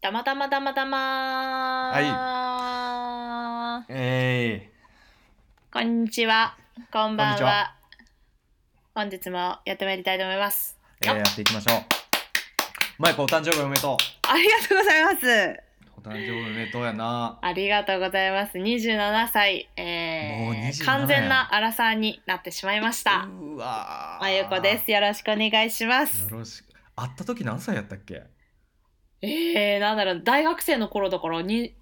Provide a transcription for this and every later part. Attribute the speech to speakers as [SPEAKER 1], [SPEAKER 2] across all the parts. [SPEAKER 1] たまたまたまた
[SPEAKER 2] はい。
[SPEAKER 1] ま
[SPEAKER 2] え
[SPEAKER 1] こんにちは。こん
[SPEAKER 2] ー、こんに
[SPEAKER 1] ば
[SPEAKER 2] ち
[SPEAKER 1] ん
[SPEAKER 2] は。
[SPEAKER 1] は。本日もやってまいりたいと思います。
[SPEAKER 2] え
[SPEAKER 1] よ
[SPEAKER 2] ー、
[SPEAKER 1] っ
[SPEAKER 2] やっていきましょう。マイクお誕生日おめでと
[SPEAKER 1] ありがとうございます。
[SPEAKER 2] う。お誕生日おめでとうやな。
[SPEAKER 1] ありがとうございます。27歳、
[SPEAKER 2] もう
[SPEAKER 1] えー、完
[SPEAKER 2] 27
[SPEAKER 1] 全
[SPEAKER 2] や。
[SPEAKER 1] なアラサーになってしまいました。
[SPEAKER 2] う
[SPEAKER 1] まゆこで
[SPEAKER 2] わ
[SPEAKER 1] す。よろしくお願いしま
[SPEAKER 2] ー。よ
[SPEAKER 1] す。
[SPEAKER 2] ろしく。会った時何歳やったっけ
[SPEAKER 1] えー、なんだろう、大学生の頃だからに、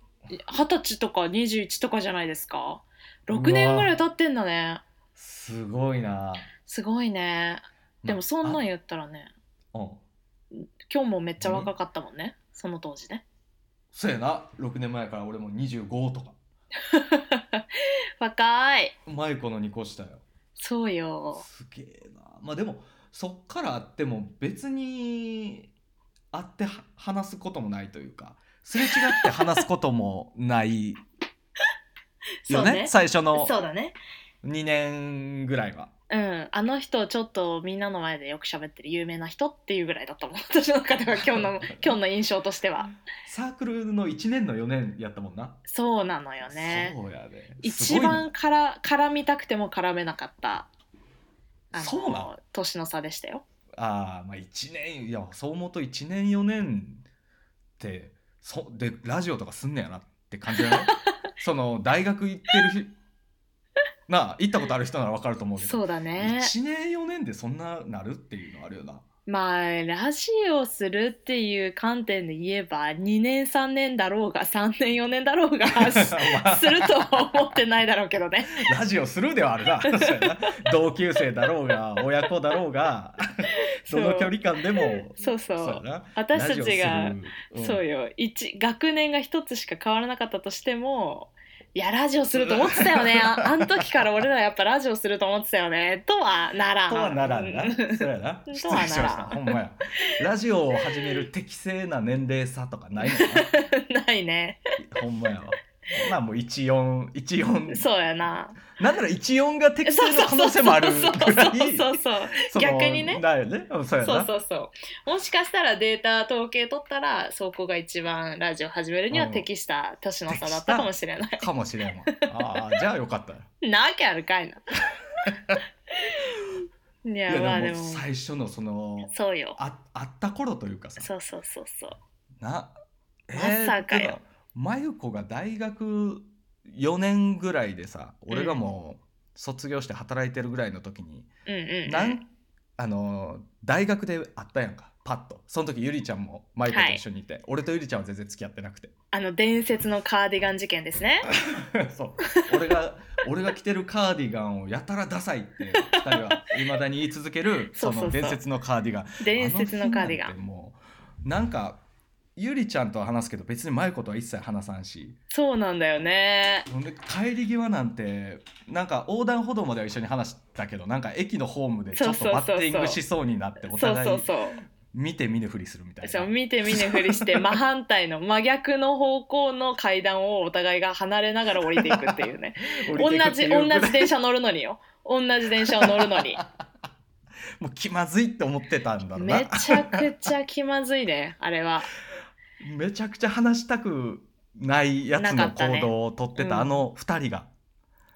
[SPEAKER 1] 二十歳とか21とかじゃないですか。
[SPEAKER 2] う
[SPEAKER 1] 6年ぐらい
[SPEAKER 2] わ
[SPEAKER 1] 経ってんだね。
[SPEAKER 2] ー、すごいな。
[SPEAKER 1] すごいね。でも
[SPEAKER 2] ま
[SPEAKER 1] そんなん
[SPEAKER 2] あ、
[SPEAKER 1] 言ったらね、
[SPEAKER 2] あ、うん。
[SPEAKER 1] 今日もめっちゃ若
[SPEAKER 2] に
[SPEAKER 1] かったもんねその当時ね
[SPEAKER 2] そうやな。6年前やから俺も25とか。
[SPEAKER 1] 若い
[SPEAKER 2] マイコの2個下よ。
[SPEAKER 1] そうよ
[SPEAKER 2] すげえな。まあでも、そっから会っても別に会っては話すこともないというか、すれ違って話すこともないよ
[SPEAKER 1] そう
[SPEAKER 2] ね、
[SPEAKER 1] ね
[SPEAKER 2] 最初の
[SPEAKER 1] そうだね
[SPEAKER 2] 2年ぐらいは。
[SPEAKER 1] うんあの人ちょっとみんなの前でよく喋ってる有名な人っていうぐらいだったもん 私の中では今日 の今日の印象としては
[SPEAKER 2] サークルの1年の4年やったもんな。
[SPEAKER 1] そうなのよね
[SPEAKER 2] そうやで、す
[SPEAKER 1] 一
[SPEAKER 2] ごい
[SPEAKER 1] 番
[SPEAKER 2] な。
[SPEAKER 1] から絡みたくても絡めなかったあ
[SPEAKER 2] そうなん
[SPEAKER 1] の年の差でしたよ
[SPEAKER 2] ああ、まあ1年、いや、そう思うと1年4年ってそ、で、ラジオとかすんねやなって感じ だよ。その、大学行ってるひなあ行ったことある人ならわかると思うけど
[SPEAKER 1] そうだね
[SPEAKER 2] 1年4年でそんななるっていうのあるよな
[SPEAKER 1] まあラジオするっていう観点で言えば2年3年だろうが3年4年だろうがす
[SPEAKER 2] まあ
[SPEAKER 1] するとは思ってないだろうけど ね。
[SPEAKER 2] ラジオするではある なそうやな同級生だろうが親子だろうがどの距
[SPEAKER 1] そう
[SPEAKER 2] 離感でも
[SPEAKER 1] そうそ
[SPEAKER 2] そうや
[SPEAKER 1] う
[SPEAKER 2] な
[SPEAKER 1] 私
[SPEAKER 2] ラ
[SPEAKER 1] た
[SPEAKER 2] ジオ
[SPEAKER 1] ち
[SPEAKER 2] す
[SPEAKER 1] が
[SPEAKER 2] る、う、
[SPEAKER 1] そうんよ一学年が一つしか変わらなかったとしてもいやラジオすると思ってたよねあ あん時から俺らやっぱラジオすると思ってたよねとはなら
[SPEAKER 2] とは
[SPEAKER 1] ん。
[SPEAKER 2] なら んなそうやな
[SPEAKER 1] うんと
[SPEAKER 2] 失礼
[SPEAKER 1] は
[SPEAKER 2] し
[SPEAKER 1] な
[SPEAKER 2] ましたほんま
[SPEAKER 1] ら
[SPEAKER 2] やラジオを始める適正な年齢差とかないもんなん
[SPEAKER 1] ないね
[SPEAKER 2] ほんまやわまあもう1414
[SPEAKER 1] そうやな
[SPEAKER 2] なんなら14が
[SPEAKER 1] そう
[SPEAKER 2] 適正の
[SPEAKER 1] そう
[SPEAKER 2] 可
[SPEAKER 1] そ
[SPEAKER 2] 能
[SPEAKER 1] う
[SPEAKER 2] 性もある
[SPEAKER 1] そう
[SPEAKER 2] ぐら
[SPEAKER 1] そう
[SPEAKER 2] い
[SPEAKER 1] そうそう
[SPEAKER 2] そ
[SPEAKER 1] 逆
[SPEAKER 2] の
[SPEAKER 1] にね
[SPEAKER 2] だよねうんそうや
[SPEAKER 1] そう
[SPEAKER 2] な
[SPEAKER 1] そうそうもしかしたらデータ統計取ったらそこが一番ラジオ始める
[SPEAKER 2] う
[SPEAKER 1] には
[SPEAKER 2] ん
[SPEAKER 1] 適した年の差
[SPEAKER 2] 適
[SPEAKER 1] だっ
[SPEAKER 2] した
[SPEAKER 1] かも
[SPEAKER 2] た
[SPEAKER 1] しれない
[SPEAKER 2] かもしれんわ。ああ、じゃあよかったよ。
[SPEAKER 1] なわけあるか いない
[SPEAKER 2] い
[SPEAKER 1] や
[SPEAKER 2] やで
[SPEAKER 1] ま
[SPEAKER 2] も
[SPEAKER 1] あ
[SPEAKER 2] も
[SPEAKER 1] で
[SPEAKER 2] う
[SPEAKER 1] も
[SPEAKER 2] 最初のその
[SPEAKER 1] そうよ
[SPEAKER 2] あ会った頃というかさ
[SPEAKER 1] そうそうそうそう
[SPEAKER 2] な
[SPEAKER 1] ま
[SPEAKER 2] えー、
[SPEAKER 1] さか
[SPEAKER 2] て
[SPEAKER 1] よ
[SPEAKER 2] か真由子が大学4年ぐらいでさ
[SPEAKER 1] う
[SPEAKER 2] 俺が
[SPEAKER 1] ん
[SPEAKER 2] もう卒業して働いてるぐらいの時に
[SPEAKER 1] うんうん
[SPEAKER 2] な
[SPEAKER 1] うん
[SPEAKER 2] んあの大学で会ったやんかパッとその時ゆりちゃんも真由子
[SPEAKER 1] は
[SPEAKER 2] と一
[SPEAKER 1] い
[SPEAKER 2] 緒にいて俺とゆりちゃんは全然付き合ってなくて
[SPEAKER 1] あの伝説のカーディガン事件ですね
[SPEAKER 2] そう俺が俺が着てるカーディガンをやたらダサいって2人はいまだに言い続ける
[SPEAKER 1] そ
[SPEAKER 2] そう
[SPEAKER 1] そ
[SPEAKER 2] の
[SPEAKER 1] う
[SPEAKER 2] 伝
[SPEAKER 1] そう
[SPEAKER 2] 説のカーディガンあ
[SPEAKER 1] 伝
[SPEAKER 2] の
[SPEAKER 1] 説の
[SPEAKER 2] 日
[SPEAKER 1] カー
[SPEAKER 2] な
[SPEAKER 1] ディ
[SPEAKER 2] ん
[SPEAKER 1] ガ
[SPEAKER 2] て
[SPEAKER 1] ン
[SPEAKER 2] もうなんかゆりちゃんとは話すけど別に舞子とは一切話さんし
[SPEAKER 1] そうなんだよね
[SPEAKER 2] ほんで帰り際なんてなんか横断歩道までは一緒に話したけどなんか駅のホームでち
[SPEAKER 1] そ
[SPEAKER 2] ょ
[SPEAKER 1] う
[SPEAKER 2] っと
[SPEAKER 1] そう
[SPEAKER 2] バッ
[SPEAKER 1] そう
[SPEAKER 2] ティン
[SPEAKER 1] そ
[SPEAKER 2] グ
[SPEAKER 1] う
[SPEAKER 2] しそうになってお
[SPEAKER 1] そうそう
[SPEAKER 2] 互い
[SPEAKER 1] そう
[SPEAKER 2] 見て見ぬふりするみたい
[SPEAKER 1] そう
[SPEAKER 2] な
[SPEAKER 1] 見て見ぬふり して真反対の真逆の方向の階段をお互いが離れながら降りていくっていうね
[SPEAKER 2] 降り
[SPEAKER 1] 同
[SPEAKER 2] ていくって
[SPEAKER 1] じ
[SPEAKER 2] い
[SPEAKER 1] 同
[SPEAKER 2] うぐら
[SPEAKER 1] じ
[SPEAKER 2] い
[SPEAKER 1] 電車乗るのによ同じ電車を乗るの に
[SPEAKER 2] もう気まずいって思ってたんだろう
[SPEAKER 1] め
[SPEAKER 2] な
[SPEAKER 1] ちゃくちゃ気まずいねあれは
[SPEAKER 2] めちゃくちゃ話したくないや
[SPEAKER 1] な
[SPEAKER 2] つ
[SPEAKER 1] か
[SPEAKER 2] の
[SPEAKER 1] った
[SPEAKER 2] 行
[SPEAKER 1] ね
[SPEAKER 2] 動をとっ
[SPEAKER 1] う
[SPEAKER 2] てたあ
[SPEAKER 1] ん
[SPEAKER 2] の2人が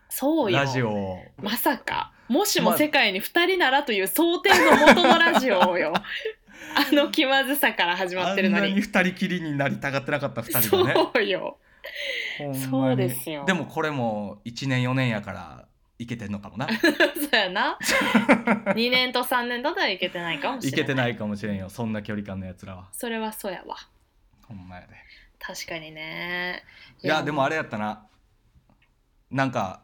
[SPEAKER 1] そう
[SPEAKER 2] ラジ
[SPEAKER 1] よ
[SPEAKER 2] オを
[SPEAKER 1] まさかもしも
[SPEAKER 2] ま
[SPEAKER 1] 世界に2人ならという想定の元のラジオを よあの気まずさから始まっ
[SPEAKER 2] あ
[SPEAKER 1] てる
[SPEAKER 2] ん
[SPEAKER 1] の
[SPEAKER 2] なに
[SPEAKER 1] に
[SPEAKER 2] 2人きりになりたがってなかった2人がね
[SPEAKER 1] そうよ
[SPEAKER 2] ほん
[SPEAKER 1] そ
[SPEAKER 2] ま
[SPEAKER 1] うで
[SPEAKER 2] に。
[SPEAKER 1] す
[SPEAKER 2] で
[SPEAKER 1] よ
[SPEAKER 2] もこれも1年4年やからいけてんのかもな。
[SPEAKER 1] そうや な2年と3年だったらいけてないかも
[SPEAKER 2] い
[SPEAKER 1] し
[SPEAKER 2] け
[SPEAKER 1] れ
[SPEAKER 2] て
[SPEAKER 1] な
[SPEAKER 2] ないいかもしれんよ。そんな距離感のやつらは。
[SPEAKER 1] それはそうやわ
[SPEAKER 2] ほんまやで。
[SPEAKER 1] 確かにねい
[SPEAKER 2] い
[SPEAKER 1] や
[SPEAKER 2] や、でもあ
[SPEAKER 1] も
[SPEAKER 2] れやったな。なんか、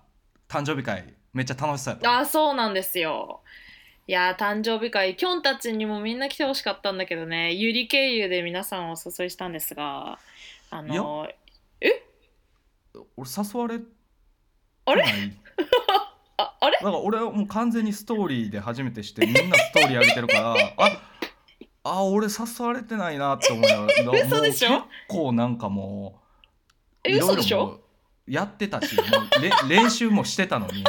[SPEAKER 2] 誕生日会めっちゃ楽しそうやっ
[SPEAKER 1] う
[SPEAKER 2] たな。
[SPEAKER 1] あそうなんですよいやー誕生日会きょんたちにもみんな来てほしかったんだけどねゆり経由で皆さんをお誘いしたんですがあ
[SPEAKER 2] いや、
[SPEAKER 1] のえ
[SPEAKER 2] 俺誘われ
[SPEAKER 1] あ
[SPEAKER 2] て
[SPEAKER 1] れ
[SPEAKER 2] ない。
[SPEAKER 1] ああれ
[SPEAKER 2] なんか俺はもう完全にストーリーで初めてしてみんなストーリー上げてるから、ああ、俺誘われてないなって思いながら、な
[SPEAKER 1] 嘘
[SPEAKER 2] も
[SPEAKER 1] で
[SPEAKER 2] う
[SPEAKER 1] し
[SPEAKER 2] 結
[SPEAKER 1] ょ
[SPEAKER 2] 構なんかもう、
[SPEAKER 1] え
[SPEAKER 2] いろ
[SPEAKER 1] 嘘で
[SPEAKER 2] いろ
[SPEAKER 1] しょ
[SPEAKER 2] もうやってたし、もうれ 練習もしてたのに、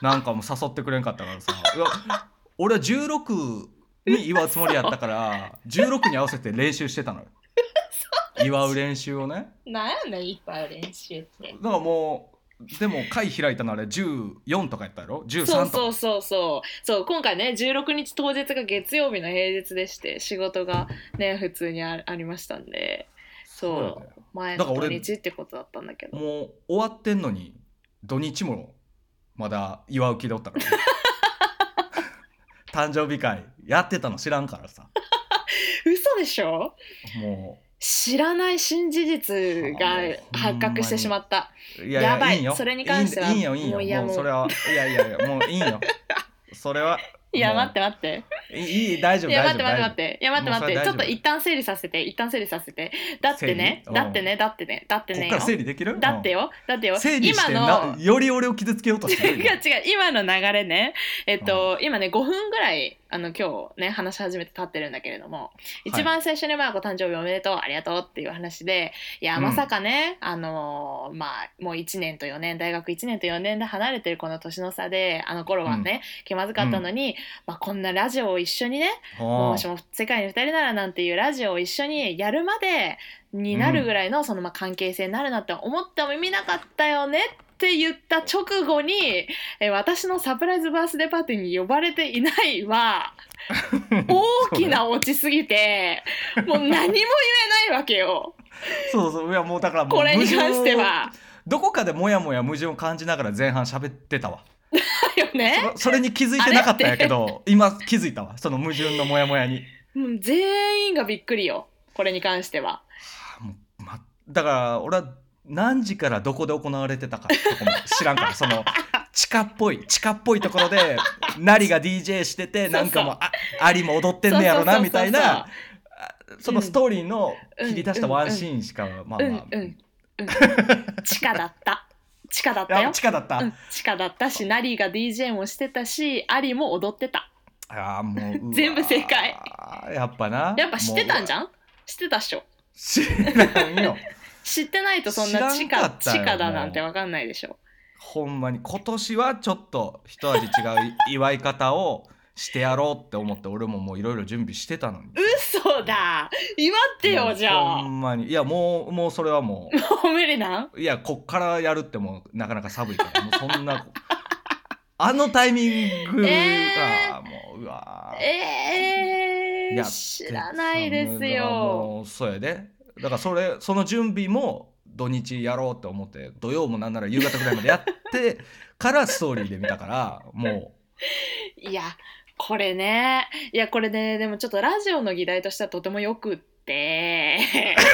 [SPEAKER 2] なんかもう誘ってくれんかったからさ、いや俺は16に祝うつもりやった
[SPEAKER 1] 嘘
[SPEAKER 2] から、16に合わせて練習してたのよ。祝う練習をね
[SPEAKER 1] なんやねんいっぱい練習って
[SPEAKER 2] だからもうでも会開いたのあれ14とかやったやろ13とか
[SPEAKER 1] そうそうそうそうそう今回ね16日当日が月曜日の平日でして仕事がね普通にあありましたんで
[SPEAKER 2] そう
[SPEAKER 1] そ
[SPEAKER 2] だよ
[SPEAKER 1] う前
[SPEAKER 2] だ
[SPEAKER 1] の
[SPEAKER 2] から
[SPEAKER 1] 土
[SPEAKER 2] 俺
[SPEAKER 1] 日ってことだったんだけど
[SPEAKER 2] もう終わってんのに土日もまだ祝う気でおっ たから、ね、誕生日会やってたの知らんからさ
[SPEAKER 1] 嘘でしょ
[SPEAKER 2] も
[SPEAKER 1] 知らない新事実が
[SPEAKER 2] はあ
[SPEAKER 1] 発覚してしまった
[SPEAKER 2] ういや
[SPEAKER 1] やばい
[SPEAKER 2] んよ
[SPEAKER 1] それに関してはい
[SPEAKER 2] いんだいいんよ
[SPEAKER 1] もう
[SPEAKER 2] い
[SPEAKER 1] い
[SPEAKER 2] い
[SPEAKER 1] や
[SPEAKER 2] よもう
[SPEAKER 1] もう
[SPEAKER 2] それはいやいやいやもういいよそれはい
[SPEAKER 1] や
[SPEAKER 2] もう
[SPEAKER 1] 待って待って
[SPEAKER 2] いいい大丈夫
[SPEAKER 1] いや
[SPEAKER 2] 大
[SPEAKER 1] 待っ
[SPEAKER 2] 丈
[SPEAKER 1] て
[SPEAKER 2] 夫
[SPEAKER 1] 待って
[SPEAKER 2] 大
[SPEAKER 1] 待って
[SPEAKER 2] 丈
[SPEAKER 1] いや待って待っ
[SPEAKER 2] も
[SPEAKER 1] て
[SPEAKER 2] うそ
[SPEAKER 1] ちょ
[SPEAKER 2] れ大丈夫
[SPEAKER 1] っと一旦整理させて一旦整理させてだってね
[SPEAKER 2] 整理
[SPEAKER 1] だってねだってねだって
[SPEAKER 2] 夫こっ
[SPEAKER 1] ね
[SPEAKER 2] から整
[SPEAKER 1] よ
[SPEAKER 2] 理できる
[SPEAKER 1] だってよだって
[SPEAKER 2] う
[SPEAKER 1] よ
[SPEAKER 2] ん整理して
[SPEAKER 1] 今
[SPEAKER 2] な
[SPEAKER 1] の
[SPEAKER 2] より俺を傷つけようとして
[SPEAKER 1] 違う
[SPEAKER 2] る
[SPEAKER 1] 違う今の流れねえっと、今ね5分ぐらいあの今日ね話し始めて経ってるんだけれども一番最初に「まあご誕生日おめでとうありがとう」っていう話でいや
[SPEAKER 2] うん
[SPEAKER 1] まさかね、あのーまあもう1年と4年大学1年と4年で離れてるこの年の差であの頃はね、気まずかったのに、まあ、こんなラジオを一緒にねも
[SPEAKER 2] も
[SPEAKER 1] しも世界に2人ならなんていうラジオを一緒にやるまでになるぐらいの,、そのまあ関係性になるなんて思っても意味なかったよねって言った直後に、えー私のサプライズバースデーパーティーに呼ばれていない は大きな落ちすぎてもう何も言えないわけ よ
[SPEAKER 2] そうそういやもうだからもう
[SPEAKER 1] これに関して
[SPEAKER 2] 矛
[SPEAKER 1] は。
[SPEAKER 2] 盾をどこかでモヤモヤ矛盾を感じながら前半喋ってたわ
[SPEAKER 1] だよね。
[SPEAKER 2] そそれに気づいてなかったんやけど今気づいたわその矛盾のモヤモヤに
[SPEAKER 1] もう全員がびっくりよこれに関しては。
[SPEAKER 2] はあもうまだから俺は何時からどこで行われてたかとかも知ら んからその地下っぽい地下っぽいところでナリが DJ しててなんかもうあアリも踊ってんねやろな
[SPEAKER 1] そうそ
[SPEAKER 2] み
[SPEAKER 1] うそうそう
[SPEAKER 2] たいなあそのストーリーの切り出したワンシーンしか、まあ
[SPEAKER 1] うんう
[SPEAKER 2] まあ
[SPEAKER 1] ん、 うん。地下だった。地下だった
[SPEAKER 2] あ
[SPEAKER 1] よ。
[SPEAKER 2] 地下だった、
[SPEAKER 1] うん、地下だったしナリーが DJ もしてたしアリも踊ってた
[SPEAKER 2] あーもううわー
[SPEAKER 1] 全部正解
[SPEAKER 2] やっぱな
[SPEAKER 1] やっぱ知ってたんじ
[SPEAKER 2] ゃ
[SPEAKER 1] ゃ
[SPEAKER 2] ん
[SPEAKER 1] ん知ってたっしょ
[SPEAKER 2] 知らんよ
[SPEAKER 1] 知ってないとそん
[SPEAKER 2] 知らん
[SPEAKER 1] な
[SPEAKER 2] か
[SPEAKER 1] 地
[SPEAKER 2] ったよ
[SPEAKER 1] 下地下だなんてわかんないでしょ
[SPEAKER 2] ほんまに今年はちょっと一味違う祝い方をしてやろうって思って俺ももういろいろ準備してたのに。
[SPEAKER 1] 嘘だ祝って
[SPEAKER 2] も
[SPEAKER 1] よ
[SPEAKER 2] う
[SPEAKER 1] じゃ
[SPEAKER 2] ほ
[SPEAKER 1] あ
[SPEAKER 2] んまにいやもうもうそれはも
[SPEAKER 1] おめでなん
[SPEAKER 2] ういやこっからやるってもうなかなか寒いからもうそんなあのタイミングが、
[SPEAKER 1] えー
[SPEAKER 2] あーもううわー
[SPEAKER 1] え
[SPEAKER 2] い
[SPEAKER 1] ー、
[SPEAKER 2] や
[SPEAKER 1] 知らないですよ
[SPEAKER 2] もうそうやでだからそれその準備も土日やろうって思って土曜もなんなら夕方ぐらいまでやってからストーリーで見たからも
[SPEAKER 1] いやこれねいやこれねでもちょっとラジオの議題としてはとてもよくって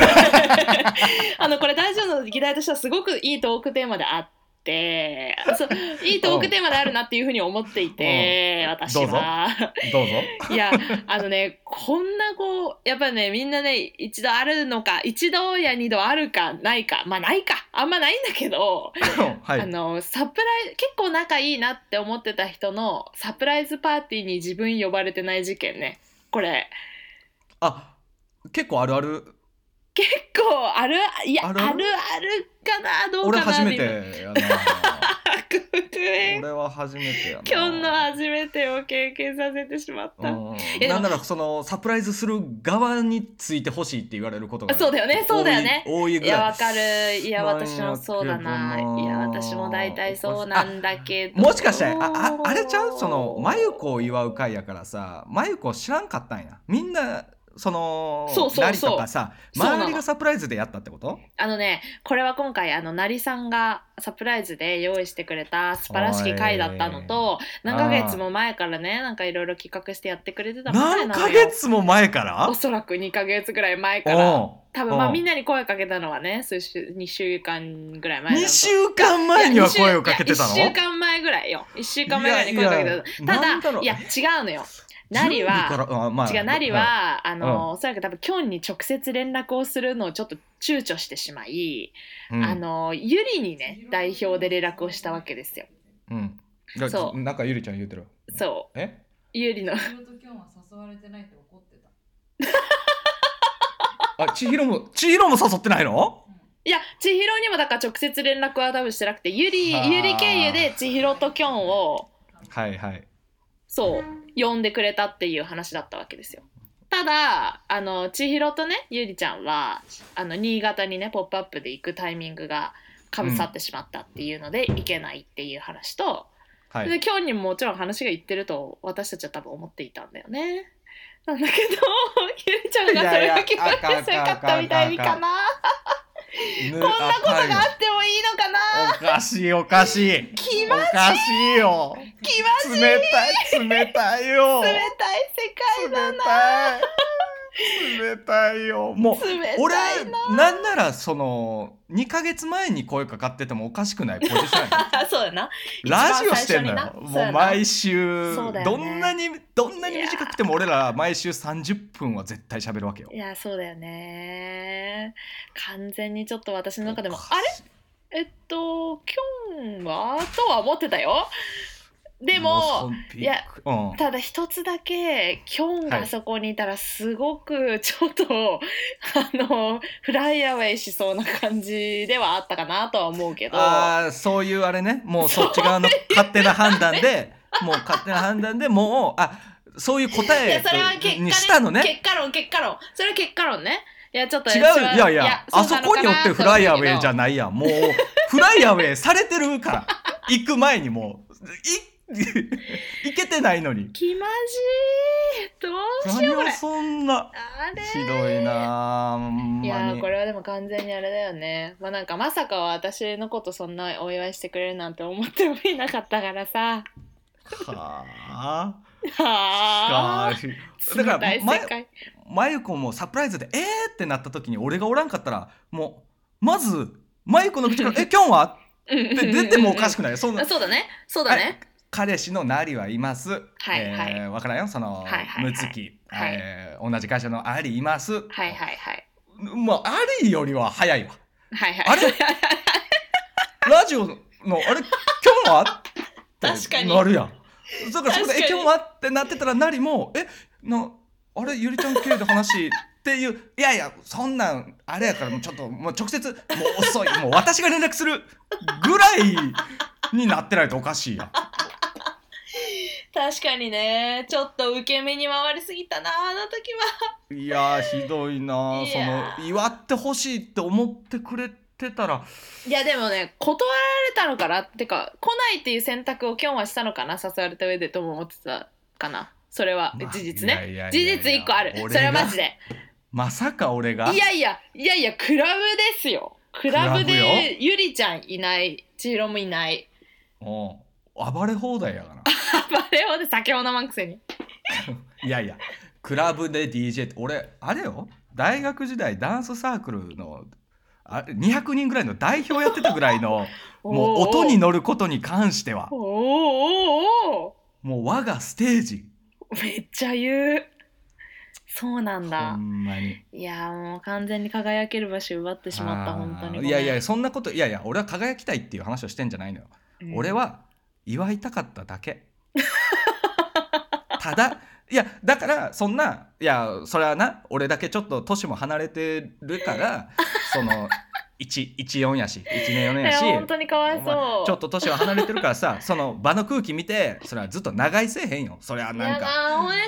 [SPEAKER 1] あのこれラジオの議題としてはすごくいいトークテーマであってそういいトークテーマであるなっていうふうに思っていて、私は。
[SPEAKER 2] う どうぞ。
[SPEAKER 1] いやあのねこんなこうやっぱねみんなね一度あるのか一度や二度あるかないかまあないかあんまないんだけど。
[SPEAKER 2] はい、
[SPEAKER 1] あのサプライ結構仲いいなって思ってた人のサプライズパーティーに自分呼ばれてない事件ねこれ
[SPEAKER 2] あ結構あるある
[SPEAKER 1] 結構あるいや
[SPEAKER 2] あ
[SPEAKER 1] あ
[SPEAKER 2] る
[SPEAKER 1] る
[SPEAKER 2] あ
[SPEAKER 1] あ
[SPEAKER 2] る
[SPEAKER 1] るかなどう
[SPEAKER 2] 俺
[SPEAKER 1] かな
[SPEAKER 2] 初め
[SPEAKER 1] でも
[SPEAKER 2] てやな
[SPEAKER 1] あくふく え
[SPEAKER 2] 俺は初めてやな
[SPEAKER 1] 今日の初めてを経験させてしまった、
[SPEAKER 2] うん
[SPEAKER 1] え
[SPEAKER 2] なんならそのサプライズする側についてほしいって言われることが
[SPEAKER 1] そうだよねそうだよね
[SPEAKER 2] 多い多い
[SPEAKER 1] い
[SPEAKER 2] ぐ
[SPEAKER 1] や
[SPEAKER 2] ら
[SPEAKER 1] わ
[SPEAKER 2] い
[SPEAKER 1] かるいや
[SPEAKER 2] なんや
[SPEAKER 1] 私もそうだ
[SPEAKER 2] けど
[SPEAKER 1] な
[SPEAKER 2] ない
[SPEAKER 1] や私も大体そうなんだけど
[SPEAKER 2] もしかしてあああれちゃうその真由子を祝う会やからさ真由子知らんかったんやみんなその
[SPEAKER 1] そうそうそう
[SPEAKER 2] ラリとかさ
[SPEAKER 1] そうなの
[SPEAKER 2] 周りがサプライズでやったってこと
[SPEAKER 1] あのねこれは今回あのなりさんがサプライズで用意してくれた素晴らしき回だったのと
[SPEAKER 2] おい
[SPEAKER 1] 何ヶ月も前からねなんかいろいろ企画してやってくれてたみたい
[SPEAKER 2] 何
[SPEAKER 1] な
[SPEAKER 2] ヶ
[SPEAKER 1] のよ
[SPEAKER 2] 月も前から
[SPEAKER 1] おそらく2ヶ月ぐらい前か
[SPEAKER 2] う
[SPEAKER 1] ら
[SPEAKER 2] ん
[SPEAKER 1] 多分ま
[SPEAKER 2] う
[SPEAKER 1] あ
[SPEAKER 2] ん
[SPEAKER 1] みんなに声かけたのはね数週2週間ぐらい前だと
[SPEAKER 2] 2週間前には声をかけてたの
[SPEAKER 1] 1週間前ぐらいよ1週間前ぐらいに声かけ
[SPEAKER 2] いや
[SPEAKER 1] て
[SPEAKER 2] いや
[SPEAKER 1] たた
[SPEAKER 2] なんだろ
[SPEAKER 1] だ
[SPEAKER 2] う
[SPEAKER 1] いや違うのよなり
[SPEAKER 2] 準備
[SPEAKER 1] は
[SPEAKER 2] からあまあ
[SPEAKER 1] 違うなりは、
[SPEAKER 2] は
[SPEAKER 1] あの、おそらく多分キョンに直接連絡をするのをちょっと躊躇してしまい、
[SPEAKER 2] いうん
[SPEAKER 1] あのゆりにね代表で連絡をしたわけですよ。
[SPEAKER 2] うんだ
[SPEAKER 1] そ
[SPEAKER 2] なんかゆりちゃん言うてる
[SPEAKER 1] そう
[SPEAKER 2] え
[SPEAKER 1] ゆりの
[SPEAKER 3] 千尋と今日は誘われてないって怒ってた。
[SPEAKER 2] あ千尋も千尋も誘ってないの
[SPEAKER 3] うん
[SPEAKER 1] いや千尋にもだから直接連絡は多分してなくてゆり
[SPEAKER 2] はあ
[SPEAKER 1] ゆり経由で千尋ときょんを
[SPEAKER 2] はいはい
[SPEAKER 1] そう呼んでくれたっていう話だったわけですよ。ただあの千尋とねゆりちゃんはあの新潟にね「ポップアップで行くタイミングがかぶさってしまったっていうので、行けないっていう話と、
[SPEAKER 2] はい
[SPEAKER 1] で今日にももちろん話がいってると私たちは多分思っていたんだよね。なんだけどゆりちゃんがそれが聞こえてせんかったみたいにかな
[SPEAKER 2] こ
[SPEAKER 1] こ
[SPEAKER 2] ん
[SPEAKER 1] んなことがあってもいいのかな
[SPEAKER 2] おかしいおかしい
[SPEAKER 1] 気
[SPEAKER 2] お
[SPEAKER 1] ま
[SPEAKER 2] かしいよ
[SPEAKER 1] 気ま
[SPEAKER 2] 冷たい冷たいよ
[SPEAKER 1] 冷たい世界だ
[SPEAKER 2] 冷
[SPEAKER 1] な
[SPEAKER 2] たい冷たいよもう
[SPEAKER 1] 冷たいな
[SPEAKER 2] 俺なんならその2ヶ月前に声かかっててもおかしくないポジションや
[SPEAKER 1] そうだな
[SPEAKER 2] ラジオしてんの
[SPEAKER 1] 一番最初に
[SPEAKER 2] よ
[SPEAKER 1] なそう
[SPEAKER 2] も
[SPEAKER 1] やな
[SPEAKER 2] う毎週、
[SPEAKER 1] そうだよね
[SPEAKER 2] どんなにどんなに短くても俺ら毎週30分は絶対喋るわけよ
[SPEAKER 1] いやそうだよね完全にちょっと私の中でも
[SPEAKER 2] おか
[SPEAKER 1] あれ
[SPEAKER 2] しい
[SPEAKER 1] えっとキョンはとは思ってたよで
[SPEAKER 2] う
[SPEAKER 1] も
[SPEAKER 2] そんびっく
[SPEAKER 1] いや
[SPEAKER 2] うん
[SPEAKER 1] ただ一つだけキョン
[SPEAKER 2] は
[SPEAKER 1] が
[SPEAKER 2] い
[SPEAKER 1] そこにいたらすごく ちょっと、あのフライアウェイしそうな感じではあったかなとは思うけど
[SPEAKER 2] ああそういうあれねもうそっち側の勝手な判断でもう勝手な判断でもうあそういう答
[SPEAKER 1] い
[SPEAKER 2] え
[SPEAKER 1] やそれは結果、ね、
[SPEAKER 2] にしたのね
[SPEAKER 1] 結果論結果論それは結果論ねいやちょっと
[SPEAKER 2] 違う
[SPEAKER 1] 私はい
[SPEAKER 2] やいやあそこによってフライアウェイじゃ
[SPEAKER 1] ん
[SPEAKER 2] ないやんもうフライアウェイされてるから行く前にもうい行けてないのに
[SPEAKER 1] 気まじいどうし
[SPEAKER 2] 何
[SPEAKER 1] ようこれ
[SPEAKER 2] をそんな
[SPEAKER 1] あれ
[SPEAKER 2] ひどいなあほん
[SPEAKER 1] い
[SPEAKER 2] ま
[SPEAKER 1] や
[SPEAKER 2] に
[SPEAKER 1] これはでも完全にあれだよねまあなんかまさか私のことそんなお祝いしてくれるなんて思ってもいなかったからさ
[SPEAKER 2] はあ
[SPEAKER 1] はあ
[SPEAKER 2] しかしだ
[SPEAKER 1] 冷
[SPEAKER 2] か
[SPEAKER 1] た
[SPEAKER 2] ら
[SPEAKER 1] い世
[SPEAKER 2] 前
[SPEAKER 1] 界
[SPEAKER 2] まゆこもサプライズで「えー!」ってなった時に俺がおらんかったらもうまずまゆこの口 から「えきょんは?」
[SPEAKER 1] で
[SPEAKER 2] って出てもおかしくないそんな
[SPEAKER 1] あそうだねそうだね
[SPEAKER 2] 彼氏のなりはいます、
[SPEAKER 1] はいはい
[SPEAKER 2] えーわからんよその、
[SPEAKER 1] はいはいはい
[SPEAKER 2] ムツキ、
[SPEAKER 1] はい
[SPEAKER 2] えー同じ会社のありいます、
[SPEAKER 1] はいはいはい
[SPEAKER 2] まあありよりは早いわ
[SPEAKER 1] はいはい
[SPEAKER 2] あれラジオのあれきょんはって
[SPEAKER 1] 確かに
[SPEAKER 2] なるやんだからそ
[SPEAKER 1] 確
[SPEAKER 2] こ
[SPEAKER 1] か
[SPEAKER 2] で「
[SPEAKER 1] に
[SPEAKER 2] えきょんは?」ってなってたらなりも「えなあれゆりちゃん系で話」っていう「いやいやそんなんあれやからもうちょっともう直接もう 遅いもう私が連絡するぐらいになってないとおかしいやん
[SPEAKER 1] 確かにねちょっと受け身に回りすぎたなあの時はい
[SPEAKER 2] やーひどいなー
[SPEAKER 1] い
[SPEAKER 2] そ
[SPEAKER 1] やー
[SPEAKER 2] の祝ってほしいって思ってくれてたら
[SPEAKER 1] いやでもね断られたのかなってか来ないっていう選択を今日はしたのかな誘われた上でとも思ってたかなそれは
[SPEAKER 2] まあ
[SPEAKER 1] 事実
[SPEAKER 2] いやいやいやい
[SPEAKER 1] ね
[SPEAKER 2] や
[SPEAKER 1] 事実一個ある
[SPEAKER 2] 俺が
[SPEAKER 1] それはマジで
[SPEAKER 2] まさか俺が
[SPEAKER 1] いやいやいやいやクラブですよクラブ
[SPEAKER 2] クラブよ
[SPEAKER 1] でゆりちゃんいない千尋もいない
[SPEAKER 2] もう暴れ放題やから
[SPEAKER 1] バレーで酒を飲まんくせに
[SPEAKER 2] いやいやクラブで DJ って俺あれよ大学時代ダンスサークルのあれ200人ぐらいの代表やってたぐらいのもう
[SPEAKER 1] おー
[SPEAKER 2] 音に乗ることに関しては
[SPEAKER 1] おーおーお
[SPEAKER 2] もう我がステージ
[SPEAKER 1] ーめっちゃ言うそうなん
[SPEAKER 2] ほ
[SPEAKER 1] だ
[SPEAKER 2] んまに
[SPEAKER 1] いやもう完全に輝ける場所奪ってしまった
[SPEAKER 2] あー
[SPEAKER 1] 本当にごめん
[SPEAKER 2] いやいやそんなこといやいや俺は輝きたいっていう話をしてんじゃないのよ
[SPEAKER 1] うん
[SPEAKER 2] 俺は祝いたかっただけ ただいやだからそんないやそれはな俺だけちょっと年も離れて るからその14やし1年4年
[SPEAKER 1] い
[SPEAKER 2] や
[SPEAKER 1] や
[SPEAKER 2] し
[SPEAKER 1] 本当にかわい
[SPEAKER 2] お前
[SPEAKER 1] そう
[SPEAKER 2] ちょっと年は離れてるからさその場の空気見てそれはずっと長居せえへんよそれはなん
[SPEAKER 1] いや
[SPEAKER 2] か
[SPEAKER 1] だおねかわい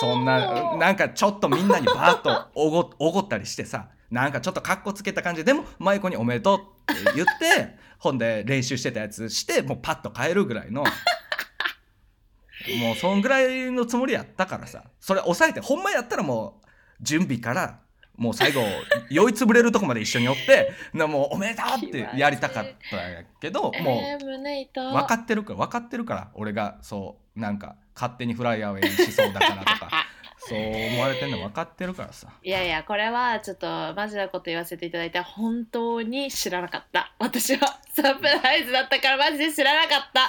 [SPEAKER 1] そう
[SPEAKER 2] そんななんかちょっとみんなにバーッとおごおごったりしてさなんかちょっとかっこつけた感じででも舞子に「おめでとう」って言って ほんで練習してたやつしてもうパッと変えるぐらいのもうそんぐらいのつもりやったからさそれ抑えてほんまやったらもう準備からもう最後酔いつぶれるとこまで一緒に寄ってなもう「おめでとう」ってやりたかったんやけどもう。
[SPEAKER 1] えー、胸痛
[SPEAKER 2] 分かってるから分かってるから俺がそうなんか勝手にフライアウェイしそうだからと かそう思われてんの分かってるからさ
[SPEAKER 1] いやいやこれはちょっとマジなこと言わせていただいて本当に知らなかった私はサプライズだったからマジで知らなかった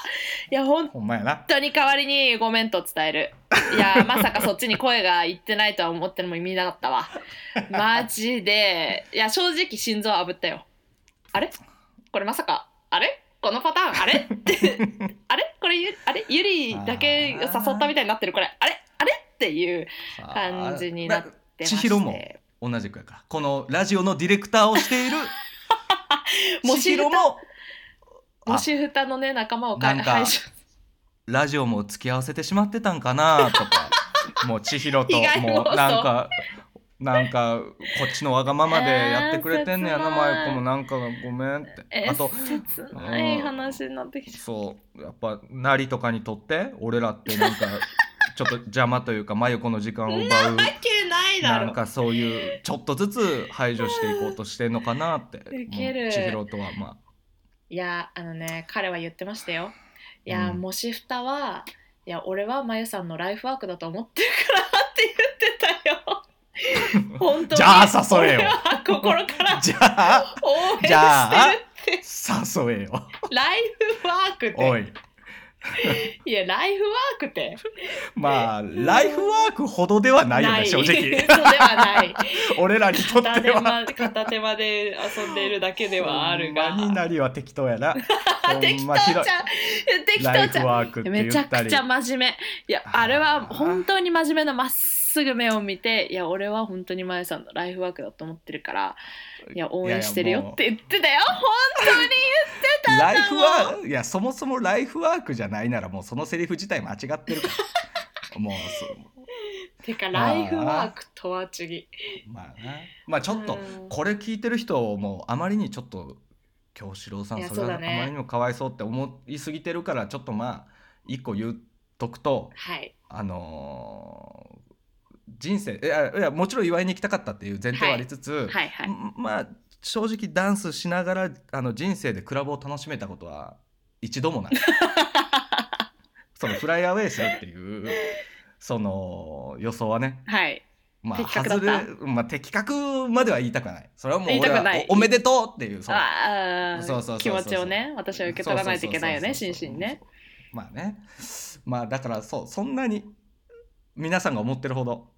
[SPEAKER 1] いや本
[SPEAKER 2] ほんまやな
[SPEAKER 1] 当に代わりにごめんと伝えるいやまさかそっちに声がいってないとは思ってるのも見なかったわマジでいや正直心臓あぶったよあれこれまさかあれこのパターンあれってあれこれゆあれゆりだけ誘ったみたいになってるこれあれあれっていう感じになって
[SPEAKER 2] て千尋も同じくやからこのラジオのディレクターをしている
[SPEAKER 1] も
[SPEAKER 2] 千
[SPEAKER 1] し
[SPEAKER 2] 尋もあ
[SPEAKER 1] もしふたのね仲間をか
[SPEAKER 2] なんか
[SPEAKER 1] 排除
[SPEAKER 2] ラジオも付き合わせてしまってたんかなとかもう千尋と
[SPEAKER 1] 被害妄想
[SPEAKER 2] もうなんかなんかこっちのわがままでやってくれてんねや
[SPEAKER 1] えー
[SPEAKER 2] な
[SPEAKER 1] 切ない
[SPEAKER 2] マイコもなんかごめんって
[SPEAKER 1] え
[SPEAKER 2] あと
[SPEAKER 1] 切ない話になってきちゃ
[SPEAKER 2] そうやっぱなりとかにとって俺らってなんかちょっと邪魔というかマユコの時間を奪う
[SPEAKER 1] うわけないだ
[SPEAKER 2] なん
[SPEAKER 1] ろ
[SPEAKER 2] かそういうちょっとずつ排除していこうとしてんのか なって
[SPEAKER 1] ウケる
[SPEAKER 2] もう千尋とはま
[SPEAKER 1] いやあのね彼は言ってましたよいや、
[SPEAKER 2] うん
[SPEAKER 1] もしふたはいや俺はまゆさんのライフワークだと思ってるからって言って たよ本当に
[SPEAKER 2] じゃあ誘えよ
[SPEAKER 1] 俺は心か
[SPEAKER 2] あ
[SPEAKER 1] ら
[SPEAKER 2] じゃあ
[SPEAKER 1] 応援して
[SPEAKER 2] じゃあ
[SPEAKER 1] るって
[SPEAKER 2] 誘えよ
[SPEAKER 1] ライフワークって
[SPEAKER 2] おい
[SPEAKER 1] いやライフワークって
[SPEAKER 2] まあライフワークほどではないよね正
[SPEAKER 1] そうで
[SPEAKER 2] 直
[SPEAKER 1] はない
[SPEAKER 2] 俺らにとって
[SPEAKER 1] 片手
[SPEAKER 2] は
[SPEAKER 1] 間片手間で遊んでるだけではあるが
[SPEAKER 2] ほんまになりは適当やなほ
[SPEAKER 1] 適
[SPEAKER 2] ん
[SPEAKER 1] 当
[SPEAKER 2] ま
[SPEAKER 1] じ
[SPEAKER 2] ひ
[SPEAKER 1] ゃ
[SPEAKER 2] ど
[SPEAKER 1] ん
[SPEAKER 2] い
[SPEAKER 1] 適当
[SPEAKER 2] ライ
[SPEAKER 1] じゃ
[SPEAKER 2] フ
[SPEAKER 1] ん
[SPEAKER 2] ワークって
[SPEAKER 1] めち
[SPEAKER 2] 言
[SPEAKER 1] ゃ
[SPEAKER 2] った
[SPEAKER 1] く
[SPEAKER 2] り
[SPEAKER 1] ちゃ真面目いやあれは本当に真面目なまっすぐ目を見ていや俺は本当にまゆさんのライフワークだと思ってるからいや応援してる
[SPEAKER 2] いやいやも
[SPEAKER 1] よ
[SPEAKER 2] う
[SPEAKER 1] って言ってたよ
[SPEAKER 2] ライフワークいやそもそもライフワークじゃないならもうそのセリフ自体間違ってるからもうそう
[SPEAKER 1] てかライフワークとは違い
[SPEAKER 2] まあなまあちょっと
[SPEAKER 1] うん
[SPEAKER 2] これ聞いてる人をもうあまりにちょっと京志郎さ
[SPEAKER 1] い
[SPEAKER 2] ん
[SPEAKER 1] や
[SPEAKER 2] それは
[SPEAKER 1] そ
[SPEAKER 2] あ
[SPEAKER 1] うだね
[SPEAKER 2] まりにもかわいそうって思いすぎてるからちょっとまあ一個言っとくと
[SPEAKER 1] はい
[SPEAKER 2] あのー人生いやいやもちろん祝いに行きたかったっていう前提はありつつ、
[SPEAKER 1] はいはい
[SPEAKER 2] んまあ正直ダンスしながらあの人生でクラブを楽しめたことは一度 もないそのフライアウェイするっていうその予想はね
[SPEAKER 1] はい
[SPEAKER 2] まあ
[SPEAKER 1] 的確だ
[SPEAKER 2] 外
[SPEAKER 1] った
[SPEAKER 2] れ、まあ、的確までは言いたくはないそれはもう
[SPEAKER 1] 言い
[SPEAKER 2] 俺
[SPEAKER 1] たく
[SPEAKER 2] は
[SPEAKER 1] ない
[SPEAKER 2] おおめでとうっていうその
[SPEAKER 1] あ
[SPEAKER 2] そうそうそうそ
[SPEAKER 1] あ
[SPEAKER 2] う
[SPEAKER 1] 気持ちをね私は受け取らないといけないよね
[SPEAKER 2] そ
[SPEAKER 1] 心
[SPEAKER 2] うそうそう
[SPEAKER 1] 身
[SPEAKER 2] そう
[SPEAKER 1] ね
[SPEAKER 2] まあねまあだからそうそんなに皆さんが思ってるほど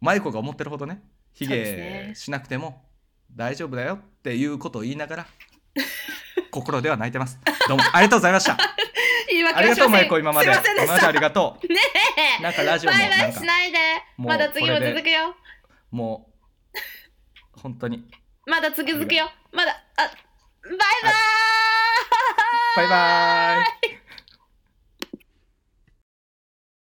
[SPEAKER 2] 舞子が思ってるほどねヒ
[SPEAKER 1] そうですね
[SPEAKER 2] ゲしなくても大丈夫だよっていうことを言いな がら心では泣いてますどうもありがとうございました
[SPEAKER 1] 言い訳
[SPEAKER 2] あり
[SPEAKER 1] は
[SPEAKER 2] が
[SPEAKER 1] し
[SPEAKER 2] とう
[SPEAKER 1] ませ
[SPEAKER 2] 舞
[SPEAKER 1] ん
[SPEAKER 2] 子今まです
[SPEAKER 1] いませんで
[SPEAKER 2] 今までありがと
[SPEAKER 1] ね
[SPEAKER 2] うなんかラ
[SPEAKER 1] え
[SPEAKER 2] ジオも
[SPEAKER 1] バイバ
[SPEAKER 2] なん
[SPEAKER 1] イ
[SPEAKER 2] か
[SPEAKER 1] しないで
[SPEAKER 2] もう
[SPEAKER 1] まだ次も
[SPEAKER 2] これで
[SPEAKER 1] 続くよ
[SPEAKER 2] もう本当に
[SPEAKER 1] まだ続くよまだあバイバイ
[SPEAKER 2] バイバーイ